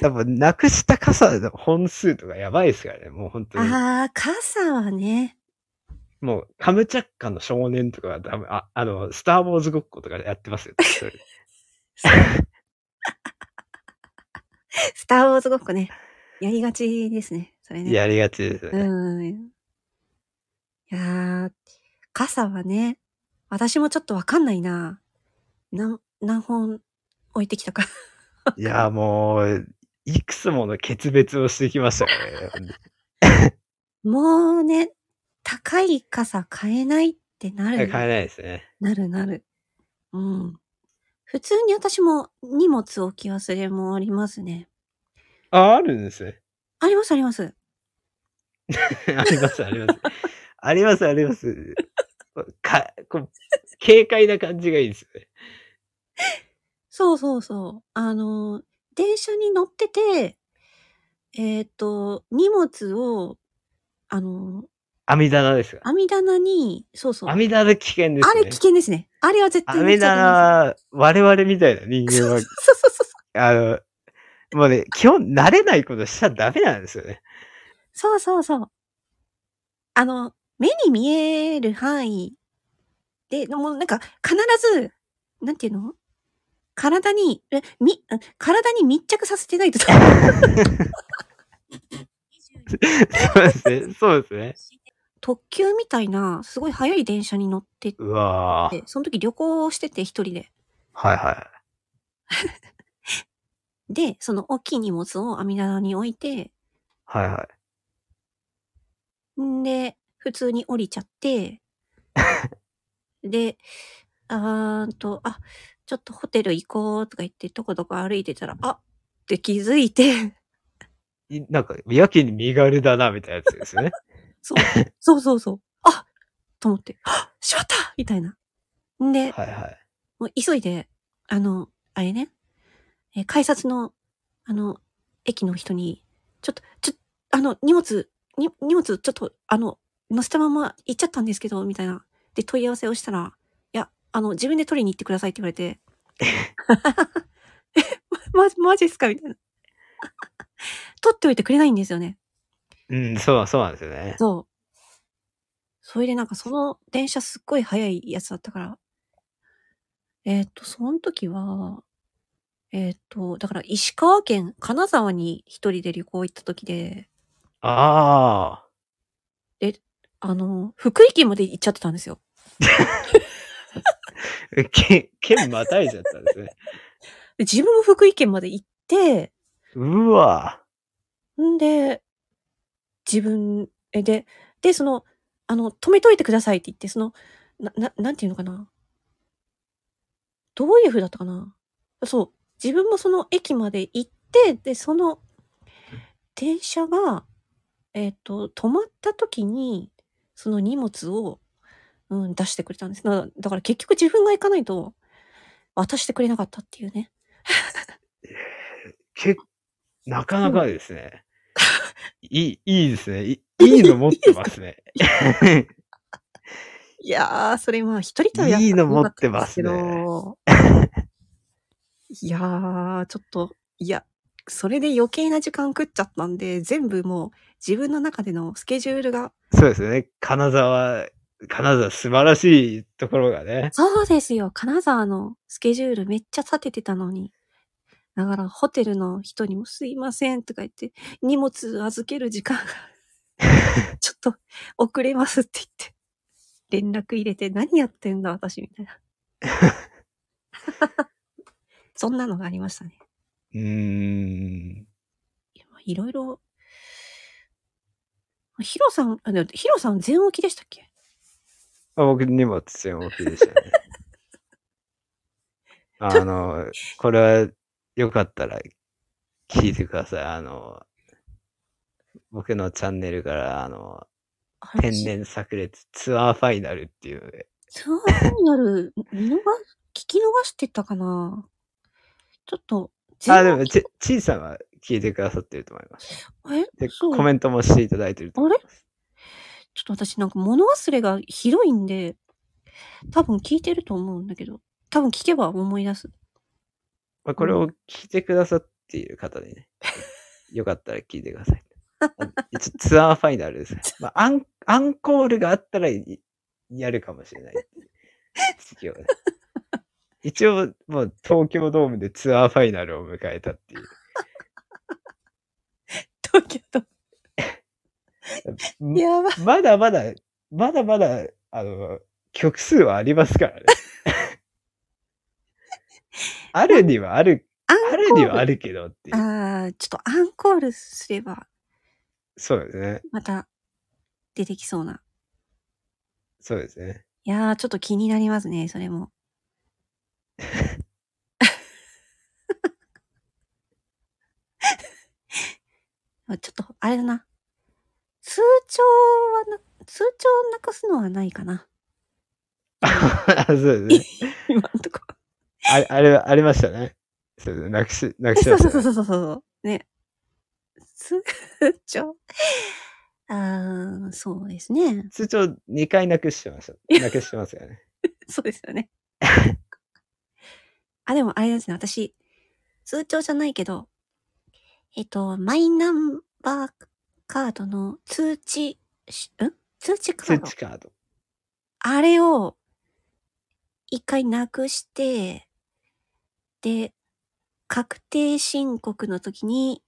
多分、なくした傘の本数とかやばいですからね、もう本当に。ああ、傘はね。もう、カムチャッカの少年とかは多分、あ、あの、スターウォーズごっことかやって ますよ。それそうスター・ウォーズごっこね。やりがちですね。それね。やりがちですよね。うん。いやー、傘はね、私もちょっとわかんないな。なん、何本置いてきたか。 いや、もう、いくつもの決別をしてきましたからね。もうね、高い傘買えないってな買るえ。ないですね。なるなる。うん。普通に私も荷物置き忘れもありますね。あ、あるんですね。 ありますあります。あります、あります。あります、あります。かこう軽快な感じがいいですよね。そうそうそう。あの、電車に乗ってて、えっ、と、荷物を、あの、網棚ですが。網棚に、そうそう。網棚危険ですあね。れ危険ですね。あれは絶対網見ちゃダメです棚、我々みたいな人間は、そうそうそうそう。あの、もうね、基本慣れないことしちゃダメなんですよね。そうそうそう。あの、目に見える範囲で、もうなんか必ず、なんていうの体に、えみ、体に密着させてないと。そうです ね。そうですね。特急みたいな、すごい速い電車に乗ってて、うわぁ。その時旅行をしてて一人で。はいはで、その大きい荷物を網棚に置いて、い。はいはい。んで、普通に降りちゃって、で、あーんと、あ、ちょっとホテル行こうとか言って、とことこ歩いてたら、あって気づいて、いなんか、やけに身軽だな、みたいなやつですよ ね。そう、そうそうそう、あと思って、あしまったみたいな。んで、はいはい。もう急いで、あの、あれね、えー改札の、あの、駅の人に、ちょっと、ちょ、あの、荷物、に荷物、ちょっと、あの、乗せたまま行っちゃったんですけど、みたいな。で、問い合わせをしたら、いや、あの、自分で取りに行ってくださいって言われて、 え、 ま、ま、マジっすかみたいな。取っておいてくれないんですよね。うん、そう、そうなんですよね。そう。それでなんかその電車すっごい速いやつだったから、えっ、と、その時は、えっ、と、だから石川県金沢に一人で旅行行った時で、ああの、福井県まで行っちゃってたんですよ。あ。け、剣またいじゃったんですね。で自分も福井県まで行って、うわんで、自分、え、で、で、その、あの、止めといてくださいって言って、その、な、な、なんていうのかな。どういう風だったかな。そう。自分もその駅まで行って、で、その、電車が、えっ、と、止まった時に、その荷物を、うん、出してくれたんです。なだから結局自分が行かないと、渡してくれなかったっていうね。け、なかなかですね。いい、いいですね。いいいの持ってます ね。いやー、それまあ一人旅だったらいいのよかたんでけど持って。いやー、ちょっと、いや、それで余計な時間食っちゃったんで、全部もう自分の中でのスケジュールが。そうですね。金沢、金沢素晴らしいところがね。そうですよ、金沢のスケジュールめっちゃ立ててたのに。だからホテルの人にもすいませんとか言って、荷物預ける 時間が、ちょっと遅れますって言って、連絡入れて何やってんだ私みたい な。そんなのがありましたね。うーん。いやまあいろいろ。ヒロさん、あでもヒロさん全置きでしたっけあ僕にも全大きいでした ね。あの、これはよかったら聞いてください。あの、僕のチャンネルから、あの、あれ天。然炸裂ツアーファイナルっていうので、そうなる、見逃、聞き逃してたかなちょっと、あ、で全も、置きち、ちいさんは聞いてくださってると思います。えで、そうコメントもしていただいてると思います。ちょっと私なんか物忘れがひどいんで、多分聞いてると思うんだけど、多分聞けば思い出す。まあ、これを聞いてくださっていう方に ね、よかったら聞いてください。一応ツアーファイナル ですね。まあ、アンアンコールがあったらいやるかもしれないって いう。一応ね一応、もう東京ドームでツアーファイナルを迎えたっていう。東京都。やば。まだまだ、まだまだ、あの、曲数はあります からね。あるにはある、アンあるコーにル。はあるけどっていう。ああ、ちょっとアンコールすれば、そうですね。また出てきそうな。そうですね。 いやー、ちょっと気になりますね、それも。ちょっと、 あれだな。通帳はな、通帳をなくすのはないかな。 あそうですね。今のところ。あ れ、あれ、ありましたね。そうですね。なくし、なくしそまうしそたね、うそうそうそうそう。ね。通帳。 あー、そうですね。通帳2回なくしてました。なくしてますよね。 そうですよね。あ、でもあれですね、私、通帳じゃないけど、えっと、マイナンバーカードの通知し、ん通知カ通ード知カード。あれを、一回なくして、で、確定申告の時に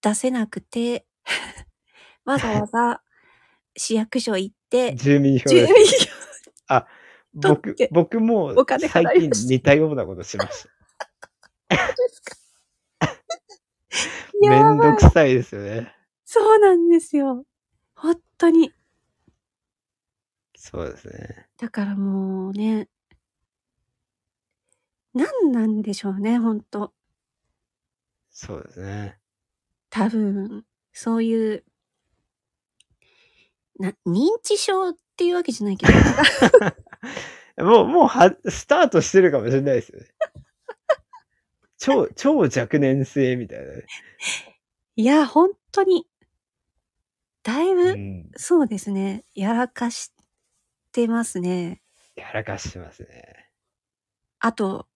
出せなくて、 わざわざ市役所行って、住民票住で民す。票取僕って、僕もお金払いました最近似たようなことしました。ですかめやんばど い。くさいですよね。そうなんですよ。本当に。そうですね。だからもうね、何なんでしょうね、本当そうですね。多分、そういう、な、認知症っていうわけじゃないけど、 なんかもう、もうは、スタートしてるかもしれないですよね。 超、超若年性みたいなね。いや、本当に、だいぶ、うん。そうですね、やらかしてますね。やらかしてますね。あと、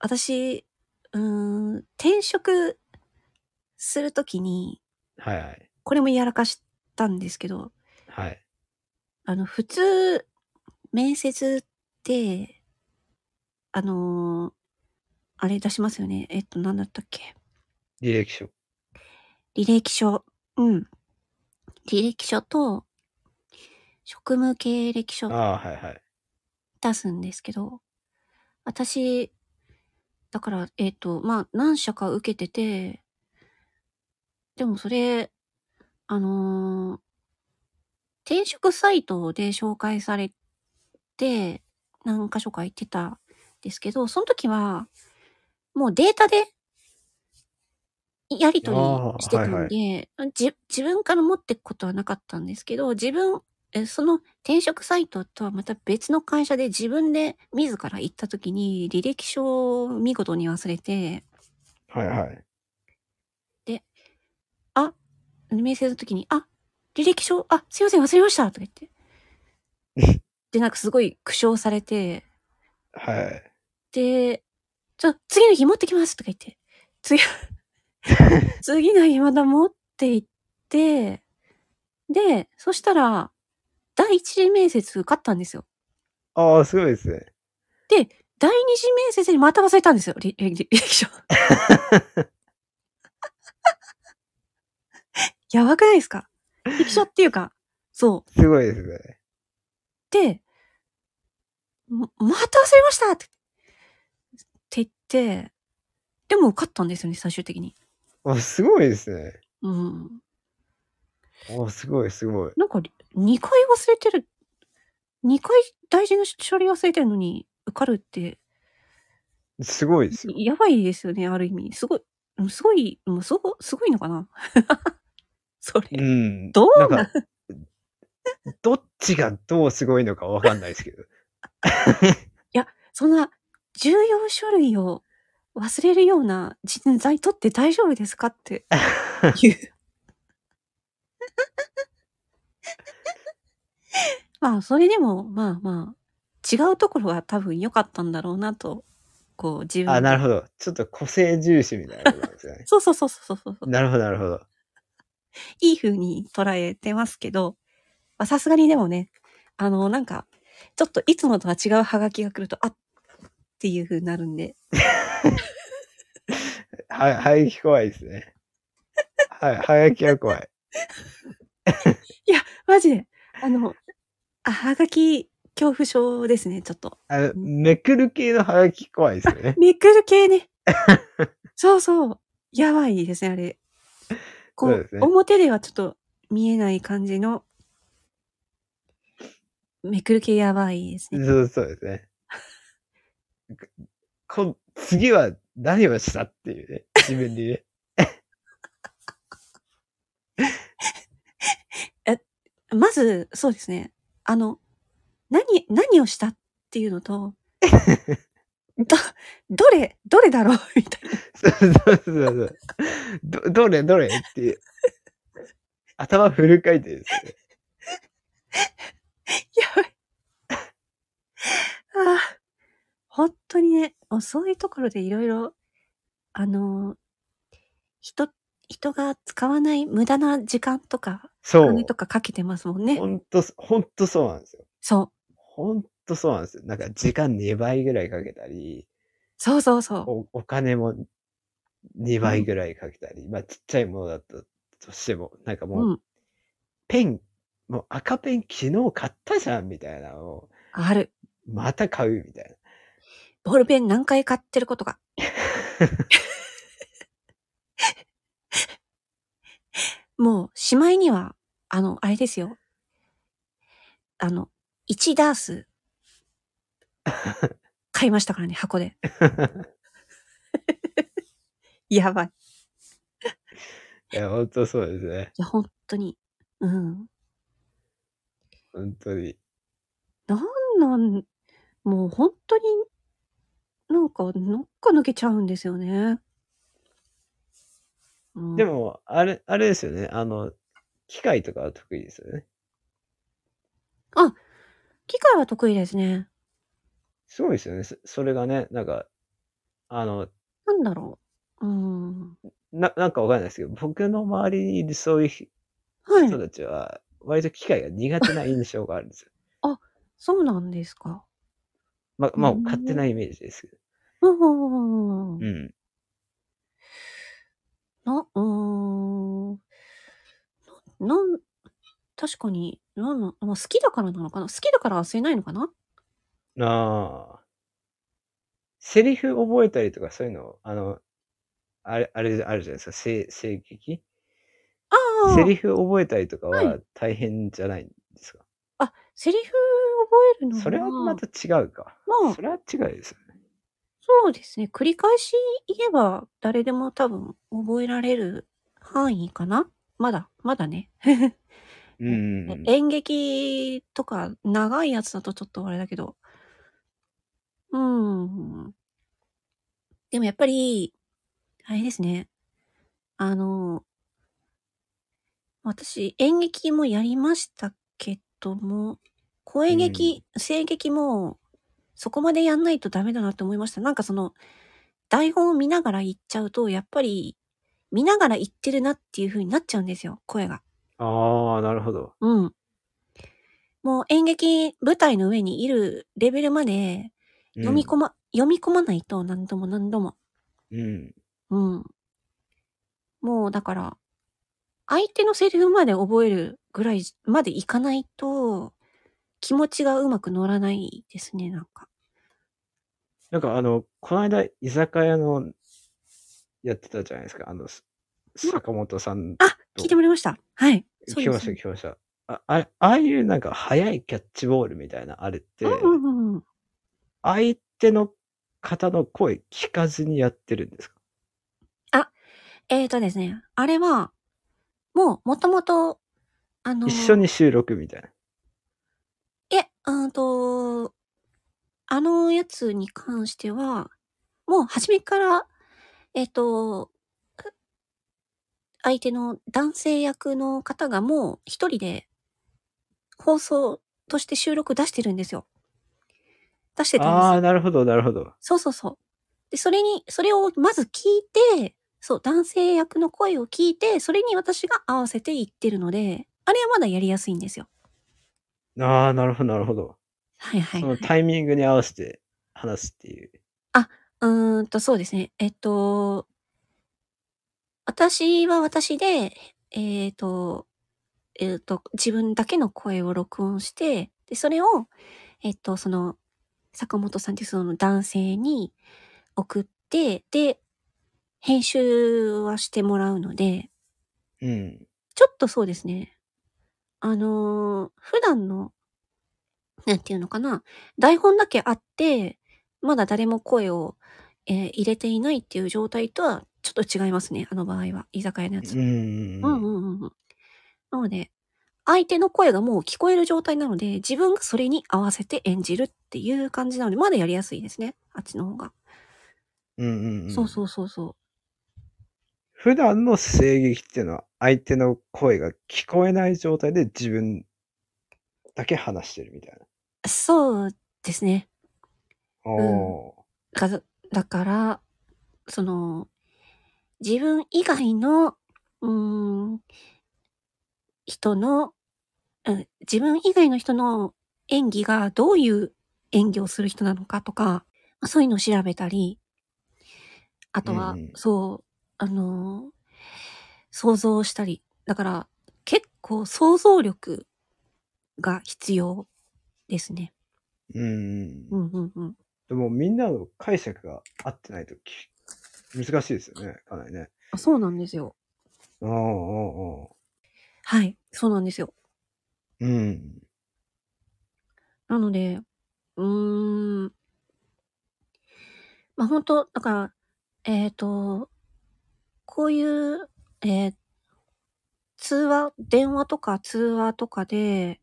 私、うーん、転職するときに、はいはい。これもやらかしたんですけど、はい。あの、普通、面接って、あのーあれ出しますよね。えっと、何だったっけ。履歴書。履歴書。うん。履歴書と、職務経歴書ああ、はいはい。出すんですけど、私、だから、えっ、と、まあ、何社か受けてて、でもそれ、あのー転職サイトで紹介されて、何箇所か行ってたんですけど、その時は、もうデータで、やり取りしてたんで、あーはじ自分から持っていくことはなかったんですけど、自分、えその転職サイトとはまた別の会社で自分で自ら行った時に履歴書を見事に忘れて、はいはい。あ、面接の時に、あ、履歴書、あ、すいません忘れましたとか言って。で、なんかすごい苦笑されて、はい。で、ちょ、次の日持ってきますとか言って、次、次の日また持って行って、で、そしたら、第一次面接受かったんですよ。ああ、すごいですね。第二次面接にまた忘れたんですよ、履履履歴書。やばくないですか履歴書っていうか、そう。すごいですね。で、ままた忘れましたってって言って、でも受かったんですよね、最終的に。あ、すごいですね。うん。おすごいすごい。なんか、2回忘れてる、2回大事な書類忘れてるのに受かるって、すごいですよ。やばいですよね、ある意味。すごい、うんすごい、もうすご、すごいのかな それ。うん。どうなんなんか、どっちがどうすごいのかわかんないです けど。そんな、重要書類を忘れるような人材取って大丈夫ですか っていう。まあ、それでも、まあまあ、違うところは多分良かったんだろうなと、こう、自分。。あ、なるほど。ちょっと個性重視みたいなことなんですよね そうそうそうそうそうそう。なるほど、なるほど。いい風に捉えてますけど、まあさすがにでもね、あの、なんか、ちょっといつもとは違うハガキが来ると、あっっていう風になるんで、は、はがき怖いですね。はい、はがきは怖い。マジで、あの、あ、ハガキ恐怖症ですね、ちょっと。あの、めくる系のはがき怖いですよね。めくる系 ね。そうそう。やばいですね、あれ。こそうう、ですね表ではちょっと見えない感じの、めくる系やばいですね。そうそうですね。こ次は何をしたっていうね。自分でね。まず、そうですね。あの、何、何をしたっていうの と、ど、どれ、どれだろうみたいな。そうそうそうそう。ど、どれどれっていう。頭フル回転ですよね。やばい。ああ、本当にね、もうそういうところでいろいろ、あのー人、人が使わない無駄な時間とか、おそう金。とかかけてますもんねほ。んと、ほんとそうなんですよ。そう。ほんとそうなんですよ。なんか時間2倍ぐらいかけたり、そうそうそう。おお金も2倍ぐらいかけたり、まあちっちゃいものだったとしても、なんかもううん。ペン、もう赤ペン昨日買ったじゃんみたいなのを、ある。また買うみたいな。 ボールペン何回買ってることか。もう、しまいには、あの、あれですよ。あの、1ダース、買いましたからね、箱で。やばい。いいや、ほんとそうですね。や、本当に。うん。本当に。なんなん、もう本当に、なんか、のっか抜けちゃうんですよね。うんでも、あれ、あれですよね。あの、機械とかは得意ですよね。機械は得意ですね。すごいですよね。そそれがね、なんか、あの、なんだろう。うん。な、なんかわかんないですけど、僕の周りにいるそういう人はい。人たちは、割と機械が苦手な印象があるん ですよ。そうなんですか。ま、まあう、ん勝手なイメージですけど。うん。うん。な、うーん。な、なん確かに、なんな、まあ、好きだからなのかな好きだから忘れないのかなああ。セリフ覚えたりとかそういうの、あの、あれ、あれ、あるじゃないですか。声、声劇ああセリフ覚えたりとかはは大変じゃないんですか、あ、セリフ覚えるのは、それはまた違うか。まあそ、れは違いですよね。そうですね。繰り返し言えば、誰でも多分覚えられる範囲かなまだ、まだね。うんうんうん。演劇とか長いやつだとちょっとあれだけど。うん。でもやっぱり、あれですね。あの、私演劇もやりましたけども、声劇、声劇もそこまでやんないとダメだなって思いました。なんかその、台本を見ながら言っちゃうと、やっぱり見ながら言ってるなっていう風になっちゃうんですよ、声が。ああ、なるほど。うん。もう演劇、舞台の上にいるレベルまでうん読み込ま、読み込まないと何度も何度も。うん。うん。もうだから、相手のセリフまで覚えるぐらいまでいかないと、気持ちがうまく乗らないですね、なんか。なんかあの、この間、居酒屋の、やってたじゃないですか。あの、す坂本さんあ聞いてもらいました。はい。聞そきうでましすた、聞きました。ああれああいうなんか早いキャッチボールみたいなあれって、うんうんうん。相手の方の声聞かずにやってるんですかえーとですね、あれは、もう、もともと、あのー一緒に収録みたいな。え、うんと、あのやつに関しては、もう初めから、えっ、と、相手の男性役の方がもう一人で放送として収録出してるんですよ。出してたんですよああー、なるほど、なるほど。そうそうそう。で、それに、それをまず聞いて、そう、男性役の声を聞いて、それに私が合わせていってるので、あれはまだやりやすいんですよ。ああ、なるほど、なるほど。はいはい、そはのい。タイミングに合わせて話すっていう。うーんと、そうですね。えっと、私は私で、えっと、えっと、自分だけの声を録音して、で、それを、えっと、その、坂本さんっていうその男性に送って、で、編集はしてもらうので、うん。ちょっとそうですね。あのー普段の、なんていうのかな、台本だけあって、まだ誰も声を、えー入れていないっていう状態とはちょっと違いますね、あの場合は。居酒屋のやつ。う。うんうんんうんうん。なので、相手の声がもう聞こえる状態なので、自分がそれに合わせて演じるっていう感じなので、まだやりやすいですね、あっちの方が。うんうん。。そうそううそうそう。普段の声劇っていうのは、相手の声が聞こえない状態で自分だけ話してるみたいそうですね。な。おー。が、だから、その、自分以外の、うーん、人の、うん自分以外の人の演技がどういう演技をする人なのかとか、まあそういうのを調べたり、あとは、うんうんそう、あのー想像したり。だから、結構想像力が必要ですね。うんうんうんうんうん。でもみんなの解釈が合ってないとき難しいですよね、かなりね。あそうなんですよ。おーおはい、そうなんですよ。ーおーうん。なので、うーん。まあ本当だから、えっ、と、こういう、えー通話、電話とか通話とかで、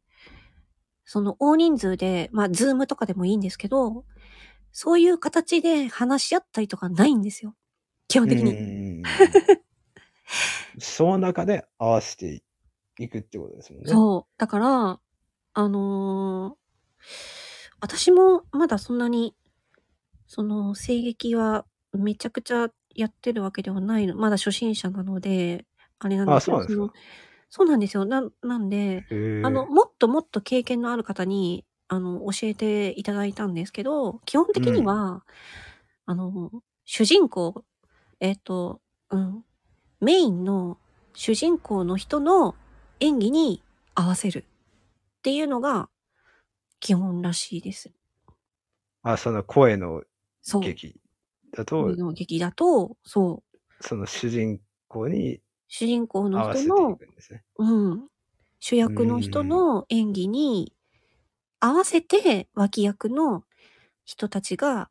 その大人数で、まあズームとかでもいいんですけど、そういう形で話し合ったりとかないんですよ。基本的うんに。うんうん。その中で合わせていくってことですもんね。そう。だから、あのー私もまだそんなに、その、声劇はめちゃくちゃやってるわけではないの。まだ初心者なので、あれなんですけど。あそうなんですかのそうなんですよ。な、なんで、へーあの、もっともっと経験のある方に、あの、教えていただいたんですけど、基本的には、あの、主人公、えっ、と、うん、メインの主人公の人の演技に合わせるっていうのが基本らしいです。あ、その声のそう。劇だこと、の劇だと、そう。その主人公に主人公合のわせ人ていのくんですね。うん、主役の人の演技に合わせて脇役の人たちが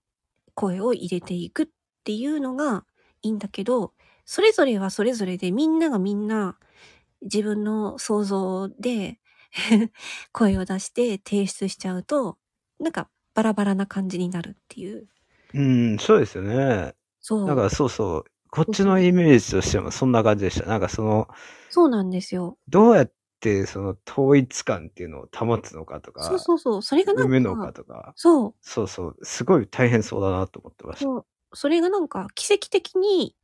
声を入れていくっていうのがいいんだけどそれぞれはそれぞれでみんながみんな自分の想像で 声を出して提出しちゃうとなんかバラバラな感じになるっていううん、そうですよね。そだうからそうそう、こっちのイメージとしてもそんな感じでした。なんかその、そうなんですよどうやってその統一感っていうのを保つのかとか、そうそうそうそれがな埋んめるのかかとか、そうそうそう、すごい大変そうだなと思ってました。そうそれがなんか奇跡的に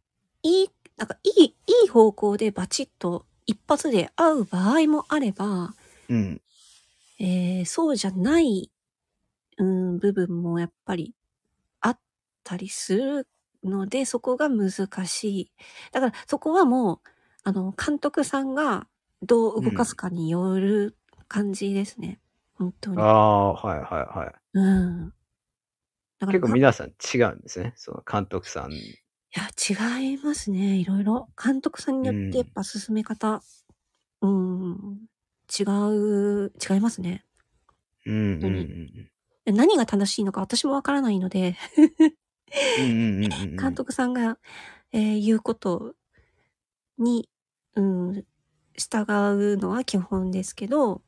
いい、なんかいい、いい方向でバチッと一発で合う場合もあれば、うん。えーそうじゃない、うん、部分もやっぱりあったりするので、そこが難しい。だからそこはもう、あの、監督さんがどう動かすかによる感じですね。本当あに。あ、はいはいはい。うん。だから結構皆さん違うんですね。その監督さん。いや、違いますね。いろいろ。監督さんによってやっぱ進め方、うん、違う、違いますね。うんうんうん何が正しいのか私もわからないので、うん。うんうんうんうん。監督さんが、えー言うことに、うん、従うのは基本ですけど、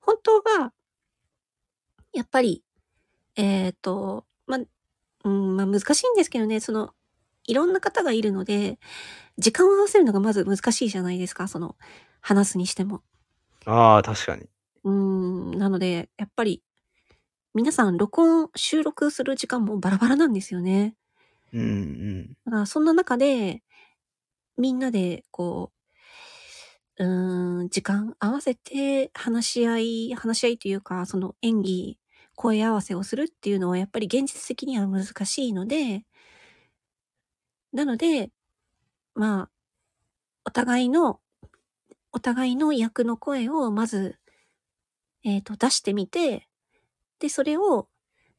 本当は、やっぱり、えっ、と、ま、うん、まあ難しいんですけどね、その、いろんな方がいるので、時間を合わせるのがまず難しいじゃないですか、その、話すにしても。ああ、確かに。うん、なので、やっぱり、皆さん録音、収録する時間もバラバラなんですよね。うんうん。だからそんな中で、みんなで、こう、うーん、時間合わせて話し合い、話し合いというか、その演技、声合わせをするっていうのはやっぱり現実的には難しいので、なので、まあ、お互いの、お互いの役の声をまず、えっ、と、出してみて、で、それを、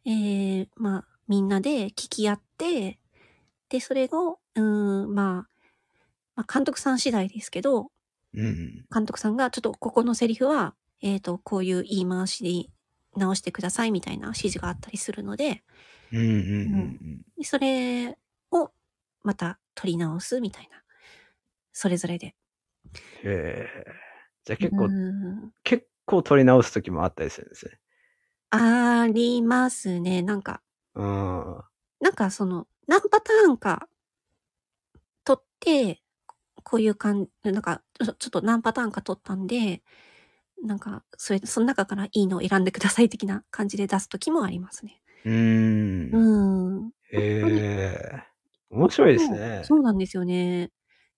えー、まあ、みんなで聞き合って、で、それを、うーん、まあ、まあ、監督さん次第ですけど、うん監督さんがちょっとここのセリフは、えっ、と、こういう言い回しで直してくださいみたいな指示があったりするので、うんうんうんでそれをまた取り直すみたいな、それぞれで。うん。へえ。じゃあ結構、うーん結構取り直す時もあったりするんですね。ありますね。なんか、うん。うんなんかその、何パターンか、取って、こういう感じ、なんか、ちょちょっと何パターンか取ったんで、なんか、それ、その中からいいのを選んでください的な感じで出すときもありますね。。ううんん。へえ。面白いですね。そうなんですよね。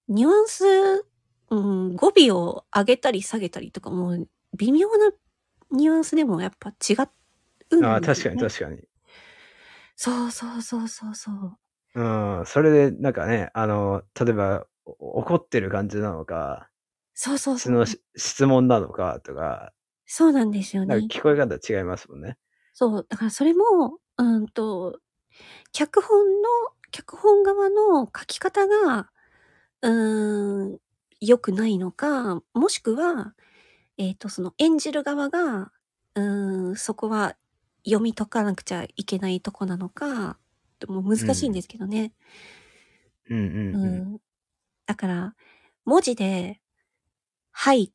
ニュアンス、うん、語尾を上げたり下げたりとか、もう、微妙なニュアンスでもやっぱ違うんああ、で確すかよねに確かに。そうそうそうそうそうう。ん。それで、なんかね、あの、例えば、お怒ってる感じなのか、そうそうそそのう。し質問なのかとか、そうなんですよね。なんか聞こえ方違いますもんね。そう、だからそれも、うんと、脚本の、脚本側の書き方が、うーん、良くないのか、もしくは、えっ、と、その演じる側が、うーん、そこは読み解かなくちゃいけないとこなのか、もう難しいんですけどね。うんうんううんん。だから、文字で、はいっ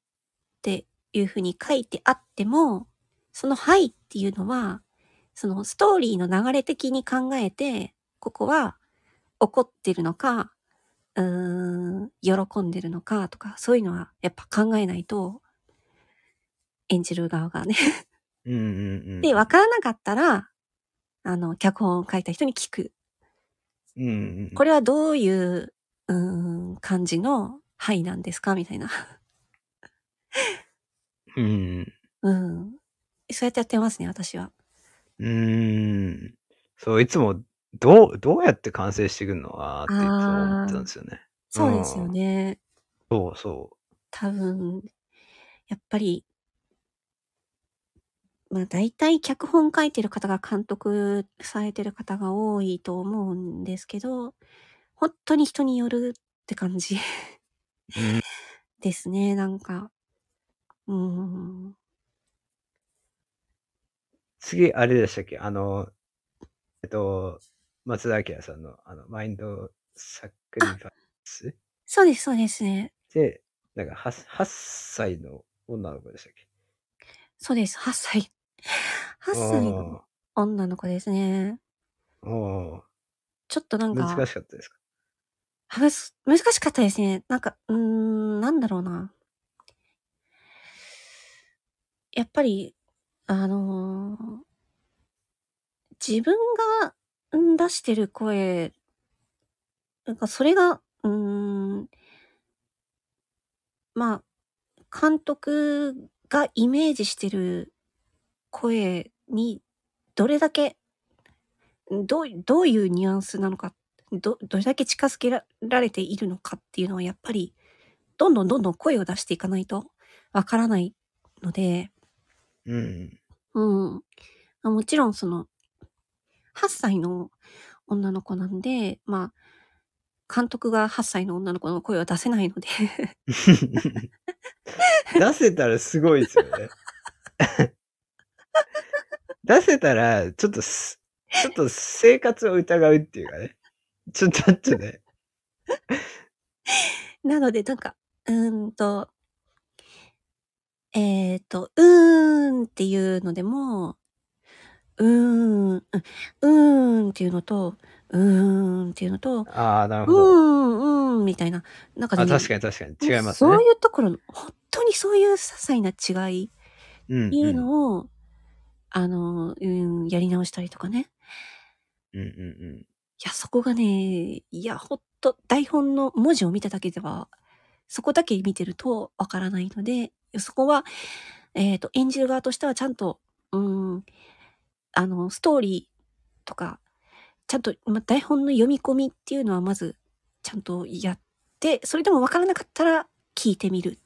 ていうふうに書いてあっても、そのはいっていうのは、そのストーリーの流れ的に考えて、ここは怒ってるのか、うーん、喜んでるのかとか、そういうのはやっぱ考えないと、演じる側がね。。うんうんうん。で、わからなかったら、あの、脚本を書いた人に聞くうんうんうん。これはどういう、うーん、感じの範囲なんですかみたいな。 うん。うん。そうやってやってますね、私は。うーん。そう、いつも、どう、どうやって完成していくのかなっていつも思ってたんですよね。そうですよね。そうそ多分、やっぱり、まあ大体脚本書いてる方が監督されてる方が多いと思うんですけど、本当に人によるって感じう。うんですね、なんか。うーん。次、あれでしたっけあの、えっと、松田明さんの、あの、マインドサクリファイスそうです、そうですね。で、なんか8、8歳の女の子でしたっけそうです、8歳。8歳の女の子ですね。あーおちょっとなんーか、難しかったですかはがす難しかったですね。なんか、うーん、なんだろうな。やっぱり、あのー自分がうん出してる声、なんかそれが、うーん、まあ、監督がイメージしてる声に、どれだけ、どう、どういうニュアンスなのかど、どれだけ近づけらられているのかっていうのはやっぱり、どんどんどんどん声を出していかないとわからないので、うん。 うん。まあもちろんその、8歳の女の子なんで、まあ、監督が8歳の女の子の声は出せないので、出せたらすごいですよね。 出せたら、ちょっとす、ちょっと生活を疑うっていうかね。ちょ、ちょっとね。なので、なんか、うーんと、えっ、と、うーんっていうのでも、うーん、うんうーんっていうのと、うーんっていうのと、ああ、なるうほど。ーん、うーんみたいな。なんかあね、確かに確かに。違いますそねう。いうところの、本当にそういう些細な違いうんっていうのを、あの、うん、やり直したりとかね。うんうんうん。や、そこがね、いや、ほんと、台本の文字を見ただけでは、そこだけ見てるとわからないので、そこは、えっ、と、演じる側としてはちゃんと、うーん、あの、ストーリーとか、ちゃんと、ま、台本の読み込みっていうのはまず、ちゃんとやって、それでもわからなかったら聞いてみる。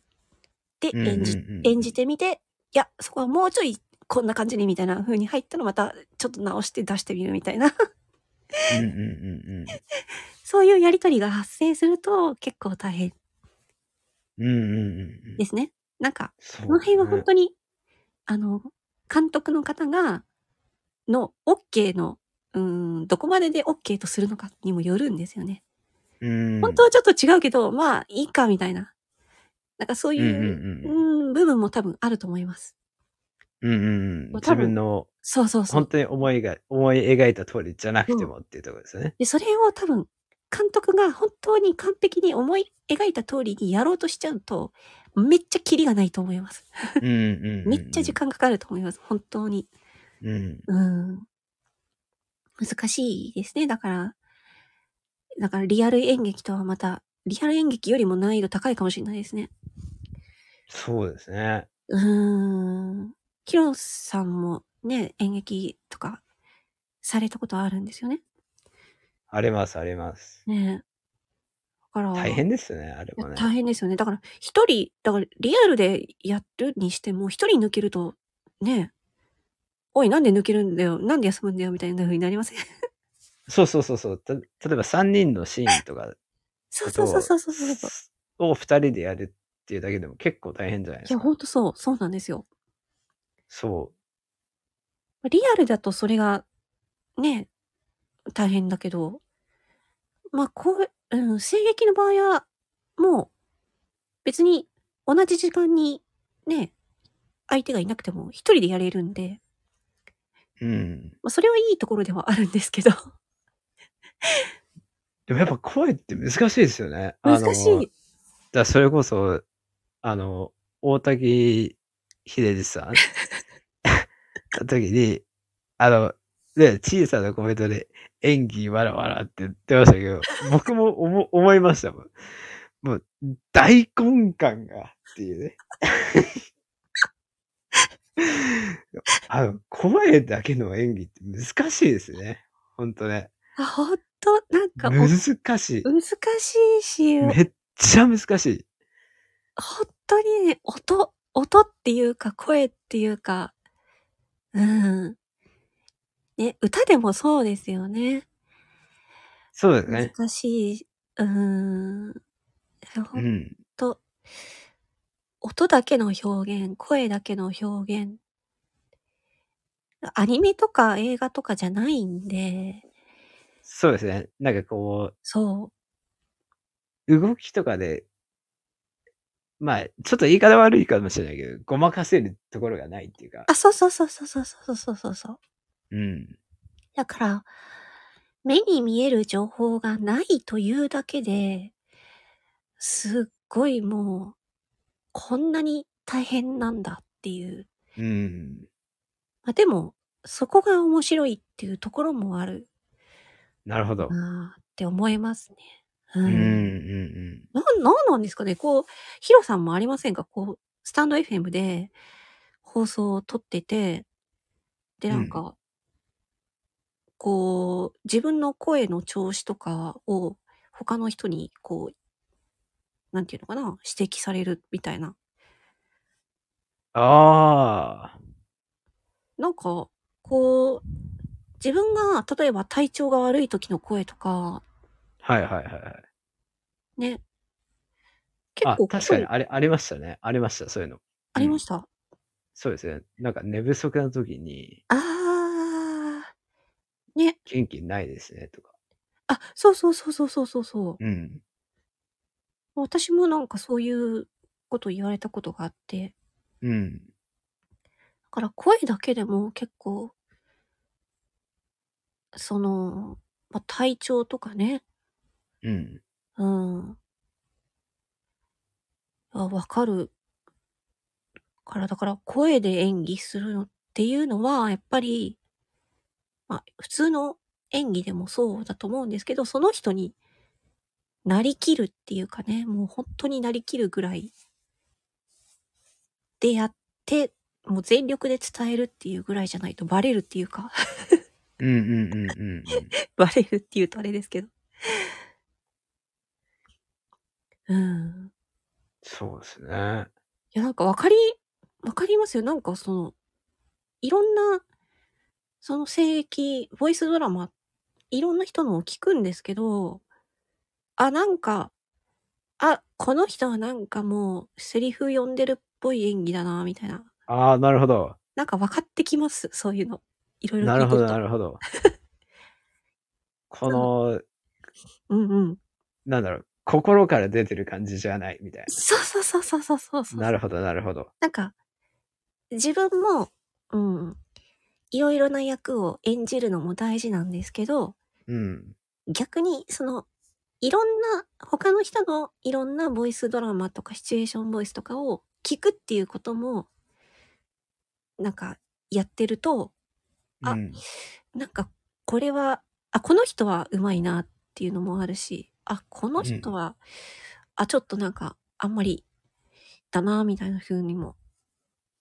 で、うんうんうん演じ、演じてみて、いや、そこはもうちょいこんな感じにみたいな風に入ったらまたちょっと直して出してみるみたいな、うんうんうんうん。そういうやりとりが発生すると結構大変うんうんうんうん。ですね。なんか、そこの辺は本当に。に、あの、監督の方が、の OK の、うーん、どこまでで OK とするのかにもよるんですよね。うん、本当はちょっと違うけど、まあ、いいか、みたいな。なんかそうういんうう、うんん、部分も多分あると思います。うん。うんうんうん。多分自分のそうそうそう本。当に思いが、思い描いた通りじゃなくてもっていうところですよね。で、それを多分、監督が本当に完璧に思い描いた通りにやろうとしちゃうと、めっちゃキリがないと思います。うんうんうんうん。めっちゃ時間かかると思います。本当に。うん。うん。難しいですね。だから、だからリアル演劇とはまた、リアル演劇よりも難易度高いかもしれないですね。そうですね。うーん。ヒロさんもね、演劇とかされたことあるんですよね。あります、あります。ねえだから、大変ですね、あれいやもね。大変ですよね。だから、一人、だから、リアルでやるにしても、一人抜けると、ねえ、おい、なんで抜けるんだよ、なんで休むんだよ、みたいな風になりませんそうそうそうそう。た例えば3人のシーンとかそうそうそうそうそうそうそう。を2人でやるっていうだけでも結構大変じゃないでいすや、かほ。んとそう、そうなんですよ。そリアルだとそれが、ね、大変だけど、まあ、こう、うん、声劇の場合は、もう、別に同じ時間に、ね、相手がいなくても一人でやれるんで、う。うん。まあ、それはいいところではあるんですけど、でもやっぱ声って難しいですよね。あの難しい。だからそれこそ、あの、大滝秀治 さんの時に、あの、ね、小さなコメントで演技わらわらって言ってましたけど、僕も思思いましたもん。もう、大根感がっていうね。 あの、声だけの演技って難しいですね。ほんとね。あ、ほんと、なんか、お難難しい。しいし、ほんめっちゃ難しい。とにね、音、音っていうか、声っていうか、うん。ね、歌でもそうですよね。そうですね。難しい。うん。ほうんん。と、音だけの表現、声だけの表現。アニメとか映画とかじゃないんで、そうですね。なんかこ、そう動きとかで、まあ、ちょっと言い方悪いかもしれないけど、ごまかせるところがないっていうかう。。あ、そうそうそうそうそうそうそうそうそう。うん。だから、目に見える情報がないというだけで、すっごいもう、こんなに大変なんだっていう。うん。まあ、でも、そこが面白いっていうところもあるなるほど。なーって思いますね。う。うんんうんなん、なんなんですかねこう、ヒロさんもありませんかこう、スタンド FM で放送を撮ってて、で、なんか、こう、自分の声の調子とかを他の人に、こう、なんていうのかな指摘されるみたいな。うん。ああ。なんか、こう、自分が、例えば体調が悪い時の声とか、はいはいはいはい。ね、結あ構、確かに声あれ、ありましたね。ありました、そういうの。ありました。そうですね。なんか寝不足な時に、あー。ね。元気ないですね、とか。あ、そうそうそうそうそうそうそう。うん。私もなんかそういうこと言われたことがあって、うん。だから声だけでも結構、その、まあ、体調とかね、うん。うん。あわかる。から、だから声で演技するのっていうのは、やっぱり、まあ、普通の演技でもそうだと思うんですけど、その人になりきるっていうかね、もう本当になりきるぐらいでやって、もう全力で伝えるっていうぐらいじゃないとバレるっていうか、 うんうんうんうんうん。バレるっていうとあれですけど。うん。そうですね。いや、なんかわかり、わかりますよ。なんかその、いろんな、その声域、ボイスドラマ、いろんな人のを聞くんですけど、あ、なんか、あ、この人はなんかもう、セリフ読んでるっぽい演技だな、みたいな。ああ、なるほど。なんか分かってきます、そういうの。いろいろなるほど、なるるほ ど。この、ほど。うんうん。なんだろう、心から出てる感じじゃないみたいそうそうそうそうそうそうそう。な。なるほど、なるほど。なんか、自分も、うん、いろいろな役を演じるのも大事なんですけど、うん。逆に、その、いろんな、他の人のいろんなボイスドラマとかシチュエーションボイスとかを聞くっていうことも、なんか、やってると、あうん、なんか、これは、あ、この人はうまいなっていうのもあるし、あ、この人は、あ、ちょっとなんか、あんまり、だなみたいな風にも、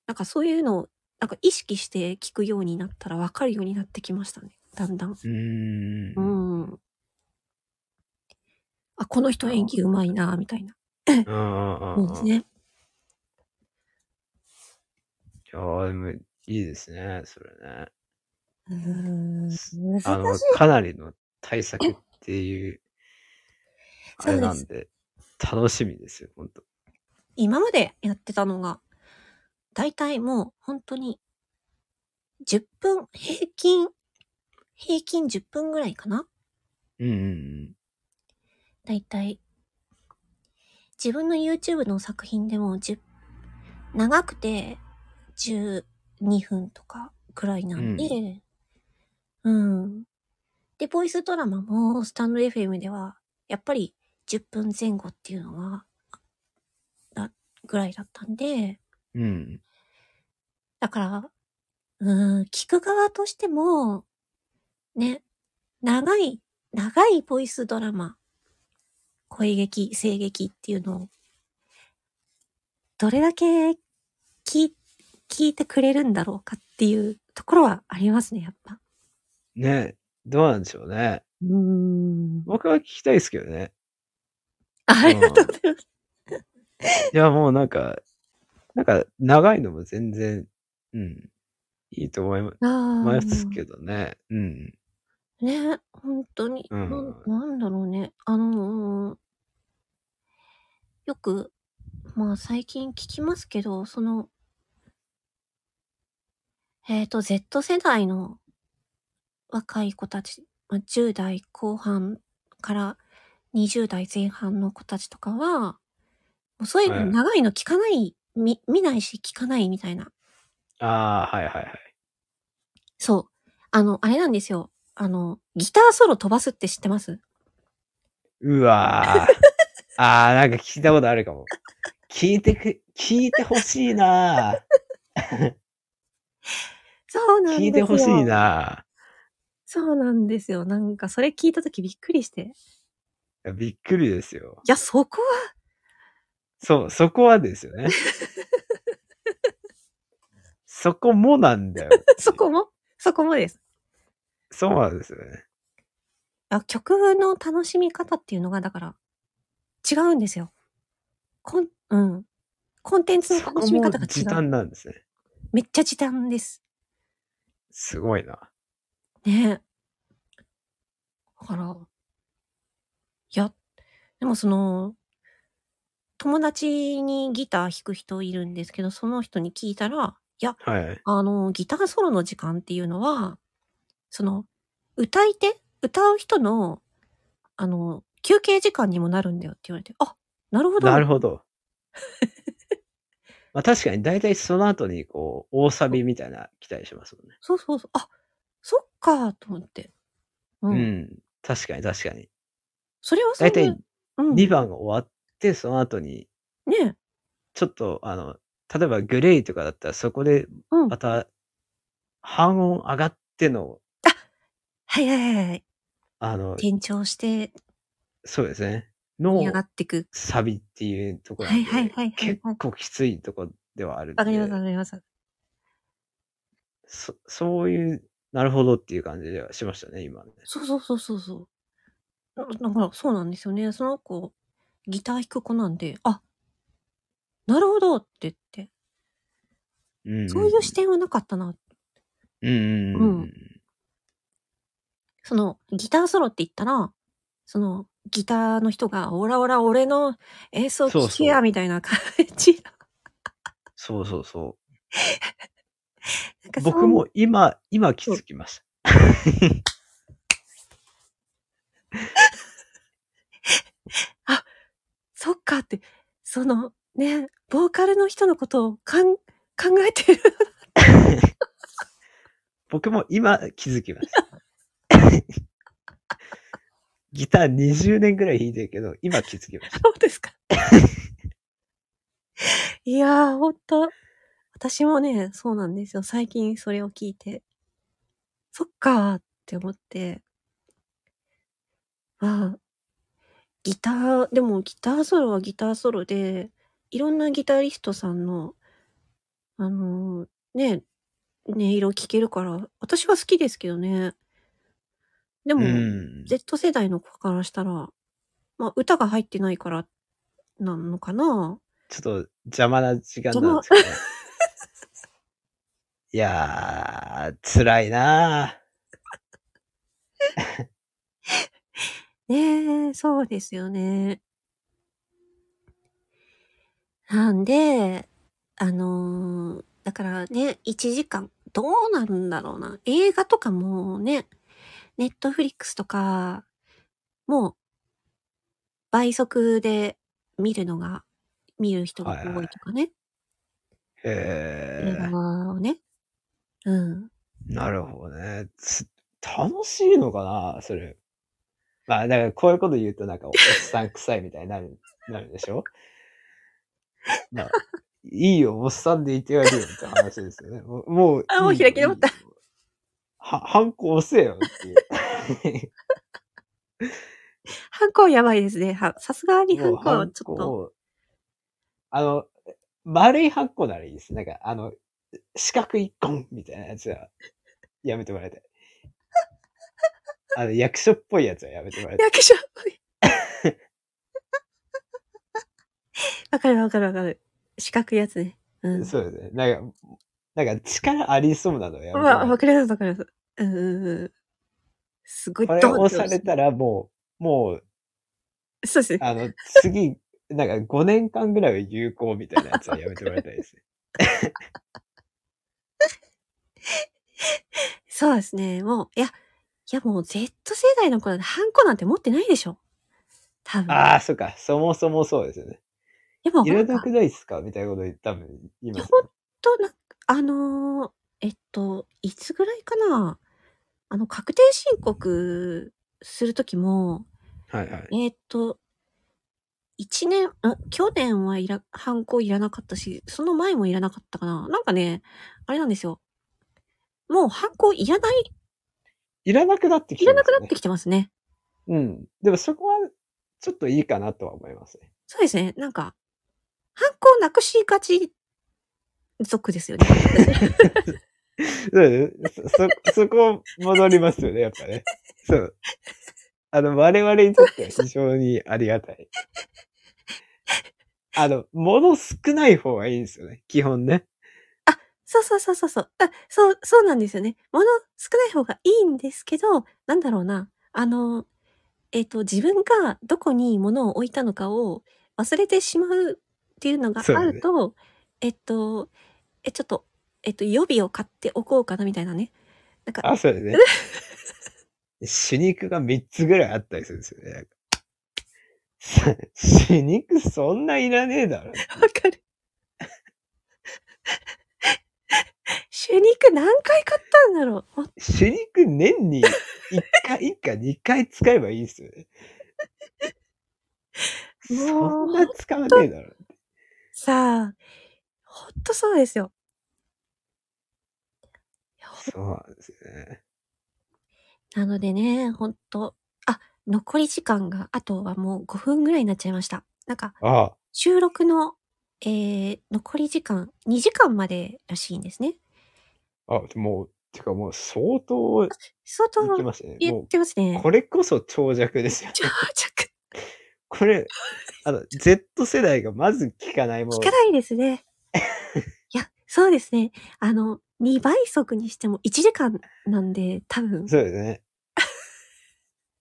なんかそういうのを、なんか意識して聞くようになったら分かるようになってきましたね。だんだん。うー。うんん。あ、この人演技うまいな、みたいな。うんうそうんでうすん。いね。やーでもいいですね、それね。うん。難しい。あの、かなりの対策っていう、あ そうれですなんで、楽しみですよ、本当今までやってたのが、だいたいもう本当に、10分、平均、平均10分ぐらいかなうんうんだいたい。自分の YouTube の作品でも10、長くて12分とかくらいなんで、うん。で、ボイスドラマもスタンド FM では、やっぱり10分前後っていうのが、だ、ぐらいだったんで、うん。うん。だから、うーん、聞く側としても、ね、長い、長いボイスドラマ、声劇、声劇っていうのを、どれだけ聞い、聞いてくれるんだろうかっていうところはありますね、やっぱ。ねどうなんでしょうね。うーん。僕は聞きたいですけどね。ありがとうございます。いや、もうなんか、なんか、長いのも全然、うん、いいと思いまああ。すけどね。うん。ね、本当に、うなんん、なんだろうね。あのーよく、まあ最近聞きますけど、その、えっ、と、Z 世代の若い子たち、まあ、10代後半から20代前半の子たちとかは、もうそういうはのい長いの聞かない、み見ないし聞かないみたいなああ、はいはいはい。そう。あの、あれなんですよ。あの、ギターソロ飛ばすって知ってますうわ ーああ、なんか聞いたことあるかも。聞いてく、聞いてほしい なーそうなんです聞よ。いてほしい。なそうなんですよ。なんか、それ聞いたときびっくりして。いーびっくりですよ。や、そこは、 そう、そこはですよね。そこもなんだよ。そこも、そこもです。そうなんですよね。あ曲の楽しみ方っていうのが、だから、違うんですよ。コン、うん。コンテンツのそ楽こしみも方が時違う。短なんですね。めっちゃ時短です。すごいな。ねだから、いや、でもその、友達にギター弾く人いるんですけど、その人に聞いたら、いや、はい。あの、ギターソロの時間っていうのは、その、歌い手歌う人の、あの、休憩時間にもなるんだよって言われて、あ、なるほど。なるほ ど。まあ確かに大体その後にこう、大サビみたいな期待しますもんね。そうそうそう。あ、そっか、と思って。うん。うん。確かに確かに。それはそ大れ体で、うん、 2番が終わって、その後に、ねちょっと、あの、例えばグレイとかだったらそこでうん。また、半音上がってのはいはいはいはい。あの、転調してそうですね。見の上がっていく。サビっていうところはいはいはいはい結構きついとこではあるんでわかりますわかります。そそういう、なるほどっていう感じではしましたね、今ね。そうそうそうそうそう。だだからそうなんですよね。その子、ギター弾く子なんで、あなるほどって言って、うんんそういう視点はなかったな。うんうんうんそのギターソロって言ったら、そのギターの人が、オラオラ俺の演奏聴けそうそや、うみたいな感じ。そうそうそなんう。かそう僕も今、今気づきました。そっかって、そのね、ボーカルの人のことをかん考えてる。僕も今気づきました。 ギター20年ぐらい弾いてるけど、今気づきました。そうですか。いやー、ほんと。私もね、そうなんですよ。最近それを聞いて、そっかーって思って。まあ、ギター、でもギターソロはギターソロで、いろんなギタリストさんの、あのーね、音色聞けるから、私は好きですけどね。でも、うん。 Z 世代の子からしたら、まあ、歌が入ってないからなのかなちょっと邪魔な時間なんですけど、ね。いやー、辛いなねえ、そうですよね。なんで、あのーだからね、1時間、どうなんだろうな。映画とかもね、ネットフリックスとか、もう、倍速で見るのが、見る人が多いとかね。はいー。へ映ー。画をね。うん。なるほどね。つ楽しいのかなそれ。まあ、だからこういうこと言うとなんかおっさん臭いみたいになる、なるでしょまあ、いいよ、おっさんでいてやるよって話ですよね。もう、もういいよあもう開き直った。いいよは、反抗押せよっていう。ハンコやばいですね。はさすがにハンコはちょっと。と。あの、丸いハンコならいいです。なんか、あの、四角一本みたいなやつは、 やめてもらいたい。あの、役所っぽいやつはやめてもらいたい。役所っぽい。 わかるわかるわかる。四角いやつね。うん。そうですね。なんか、なんか力ありそうなのはやめてもわ、らわいたかりますわかります。うんうんうん。すごい。いこれドンって押されたらもう、もう、そうですね。あの、次、なんか5年間ぐらいは有効みたいなやつはやめてもらいたいです ね。そうですね。もう、いや、いやもう Z 世代の子なんてハンコなんて持ってないでしょ。多分。ああ、そっか。そもそもそうですよね。でもいらなんなか、くないですかみたいなこと多分言いますよねとな、あのーえっと、いつぐらいかな。あの、確定申告するときも、はいはい。えーっと、一年、あ去年はいら、ハンコいらなかったし、その前もいらなかったかな。なんかね、あれなんですよ。もうハンコいらない、いらなくなってきていらまなすくよなっね。てきてますね。うん。でもそこはちょっといいかなとは思いますね。そうですね。なんか、ハンコなくしがち族ですよね。そうですねそ、そ、 そこ戻りますよね、やっぱね。そう。あの、我々にとっては非常にありがたい。あの、物少ない方がいいんですよね、基本ね。そうそうそうそうそう。あ、そう、そうなんですよね。物少ない方がいいんですけど、なんだろうな。あの、えっ、と、自分がどこに物を置いたのかを忘れてしまうっていうのがそうあだねると、えっと、え、ちょっと、えっと、予備を買っておこうかなみたいなね。なんか、あ、そうですね。死肉が3つぐらいあったりするんですよねなんか。 死肉そんないらねえだろ。 わかる。 主肉何回買ったんだろう。ほん主肉年に1回 か2回使えばいいですよね。そんな使わねえだろ。さあ、ほんとそうですよ。そうなんですよね。なのでね、ほんと、あ、残り時間が、あとはもう5分ぐらいになっちゃいました。なんか、ああ、収録の、えー、残り時間、2時間までらしいんですね。あ、もう、てかもう相当い相当きますね。言っもてますう、ね。これこそ長尺です よ。長尺。これ、あの、Z 世代がまず聞かないもの聞かないで すね。いや、そうですね。あの、2倍速にしても1時間なんで、多分。そうですね。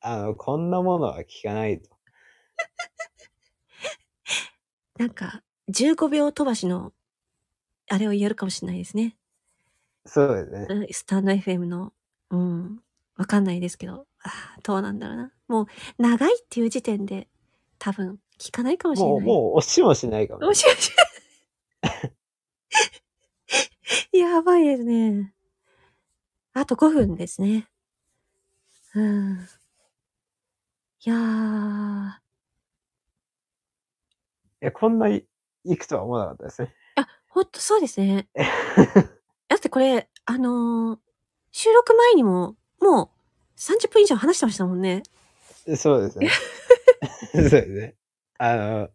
あの、こんなものは聞かないと。なんか、15秒飛ばしの、あれをやるかもしれないですね。そうですね。うんスタンド FM の、うん、わかんないですけど、あーどうなんだろうな。もう、長いっていう時点で、多分、聞かないかもしれない。もう、もう押しもしないかももししもし。 やばいですね。あと5分ですね。うん。いやれー。ない。いや、こんない、行くとは思わなかったですね。ほんとそうで すね。だってこれ、あのー収録前にも、もう30分以上話してましたもんね。そうですね。そうですね。あの、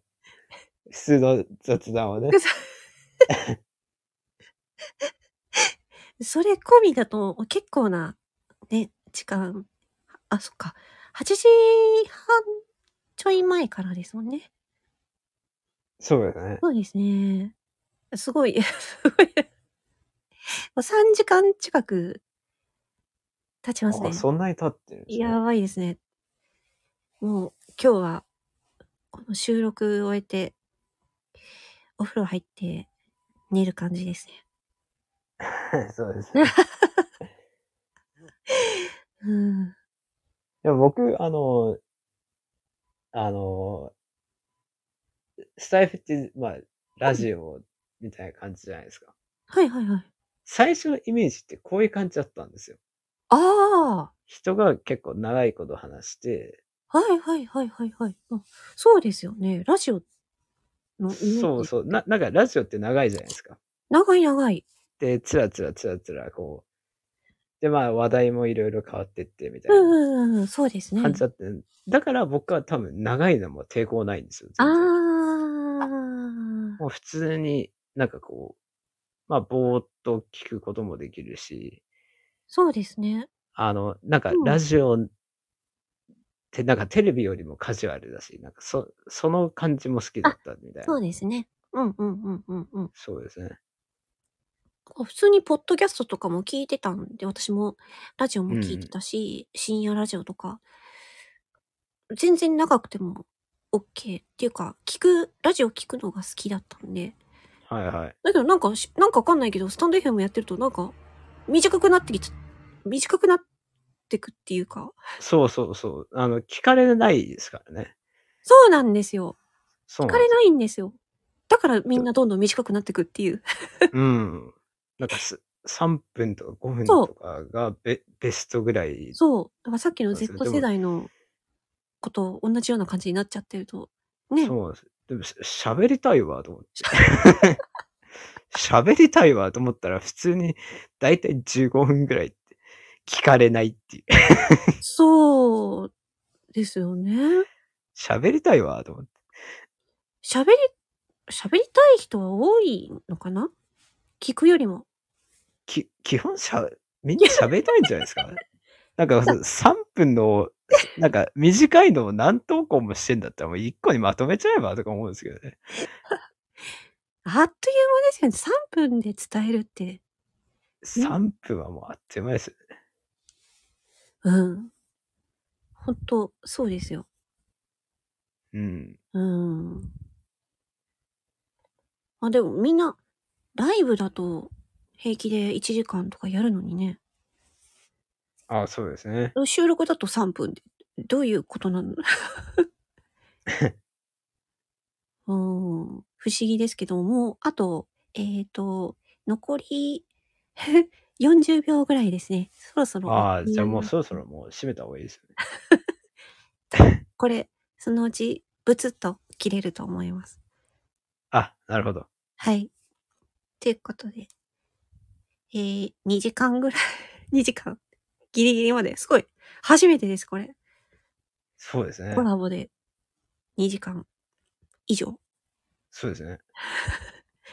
普通の雑談をね。それ込みだと結構な、ね、時間。あ、そっか。8時半ちょい前からですもんね。そうですね。そうですね。すごい、 すごい。もう3時間近く経ちますねあ、。そんなに経ってるんですねやばいですね。もう今日はこの収録を終えてお風呂入って寝る感じですね。 そうですね。うん。でも僕、あの、あの、スタイフって、まあ、ラジオみたいな感じじゃないですか。はいはいはい。最初のイメージってこういう感じだったんですよ。あ人が結構長いこと話して、あはいはいはいはいはい。うんそうですよね。ラジオのイメージそうそう、な、なんかラジオって長いじゃないですか。長い長い。で、つらつらつらつら、こう。で、まあ、話題もいろいろ変わってって、みたうんいうんうん。そうですなね。感じだって、だから僕は多分長いのも抵抗ないんですよ。あ全然あ。もう普通になんかこう、まあ、ぼーっと聞くこともできるし、そうですね。あの、なんかうんラジオってなんかテレビよりもカジュアルだし、なんかそ、その感じも好きだったみたいそうな。ですね。うんうんうんうんうん。そうですね。普通にポッドキャストとかも聞いてたんで、私もラジオも聞いてたし、深夜ラジオとか、全然長くても OK っていうか、聞く、ラジオ聞くのが好きだったんで、はいはい。だけどなんかし、なんかわかんないけど、スタンド FM やってるとなんか、短くなってきちゃ、短くなってくっていうか、そうそうそう。あの、聞かれないですからね。そうなんですよ。そう聞なかんでれすよ。ないんですよ。だからみんなどんどん短くなってくっていう。うん。なんかす、3分とか5分そうとかがベベストぐらい。そう。だからさっきのそうですね Z でも世代のこと同じような感じになっちゃってると、ね。そうなんです。でもし、喋りたいわ、と思って。 喋りたいわ、と思ったら、普通に、だいたい15分ぐらいって、聞かれないっていう。 そうですよね。喋りたいわ、と思って。喋り、喋りたい人は多いのかな聞くよりも。き、基本しゃ、みんな喋りたいんじゃないです かなんか、3分の、なんか、短いのを何投稿もしてんだったら、もう1個にまとめちゃえば、とか思うんですけどね。あっという間ですよね。3分で伝えるって。 3分はもうあっという間ですよね。うん。本当そうですよ。うん。うん。あ、でもみんな、ライブだと平気で1時間とかやるのにね。ああ、そうですね。収録だと3分で。どういうことなの うん。不思議ですけども、あと、えっ、と、残り40秒ぐらいですね。そろそろ。ああ、じゃあもうそろそろもう閉めた方がいいですよね。これ、そのうち、ブツッと切れると思います。あ、なるほど。はい。ということで、えー、2時間ぐらい、2時間ギリギリまですごい初めてです、これ。そうですねコ。ラボで2時間以上。そうですね。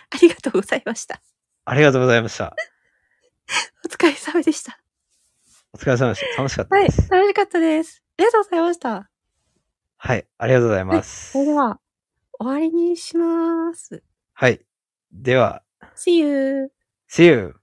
ありがとうございました。ありがとうございました。お疲れ様でした。お疲れ様でした。楽しかったはい、です。楽しかったです。ありがとうございました。はい。ありがとうございますそ。れでは、終わりにします。はい。では、 See you! See you!